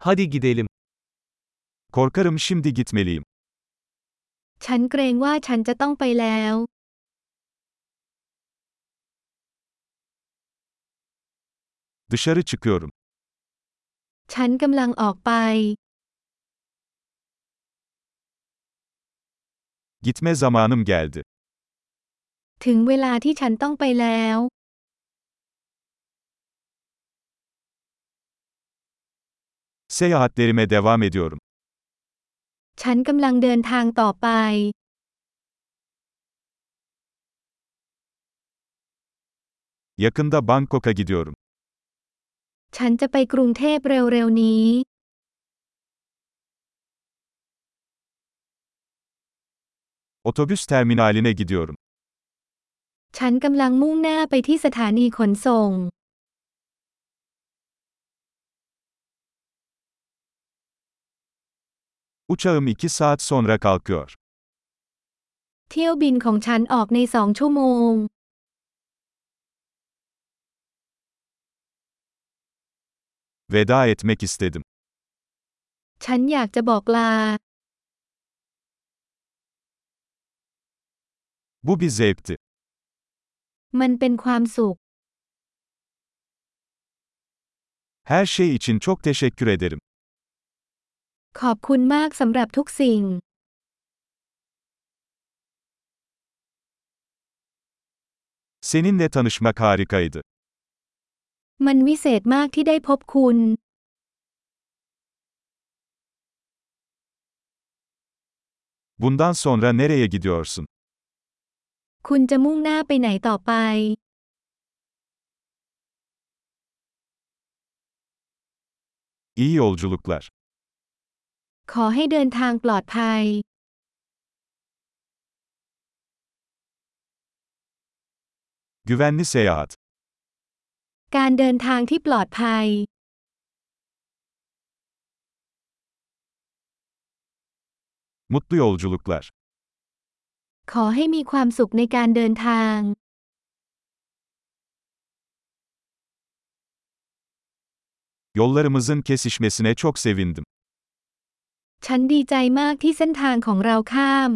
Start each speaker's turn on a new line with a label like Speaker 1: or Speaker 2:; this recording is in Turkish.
Speaker 1: Hadi gidelim. Korkarım şimdi gitmeliyim.
Speaker 2: ฉันเกรงว่าฉันจะต้องไปแล้ว
Speaker 1: Dışarı çıkıyorum.
Speaker 2: ฉันกำลังออกไป
Speaker 1: Gitme zamanım geldi.
Speaker 2: ถึงเวลาที่ฉันต้องไปแล้ว
Speaker 1: Seyahatlerime devam ediyorum.
Speaker 2: ฉันกำลังเดินทางต่อไป
Speaker 1: Yakında Bangkok'a gidiyorum.
Speaker 2: ฉันจะไปกรุงเทพเร็วๆนี้
Speaker 1: Otobüs terminaline gidiyorum.
Speaker 2: ฉันกำลังมุ่งหน้าไปที่สถานีขนส่ง
Speaker 1: Uçağım 2 saat sonra kalkıyor.
Speaker 2: เที่ยวบินของฉันออกในสองชั่วโมง
Speaker 1: Veda etmek istedim.
Speaker 2: ฉันอยากจะบอกลา
Speaker 1: Bu bir zevkti.
Speaker 2: มันเป็นความสุข
Speaker 1: Her şey için çok teşekkür ederim.
Speaker 2: ขอบคุณมากสำหรับทุกสิ่ง
Speaker 1: Seninle tanışmak harikaydı.
Speaker 2: มันวิเศษมากที่ได้พบคุณ
Speaker 1: Bundan sonra nereye gidiyorsun?
Speaker 2: คุณจะมุ่งหน้าไปไหนต่อไป
Speaker 1: İyi yolculuklar.
Speaker 2: ขอให้เดินทางปลอดภัย
Speaker 1: Güvenli seyahat.
Speaker 2: การเดินทางที่ปลอดภัย
Speaker 1: Mutlu yolculuklar.
Speaker 2: ขอให้มีความสุขในการเดินทาง
Speaker 1: Yollarımızın kesişmesine çok sevindim.
Speaker 2: ฉันดีใจมากที่เส้นทางของเราข้าม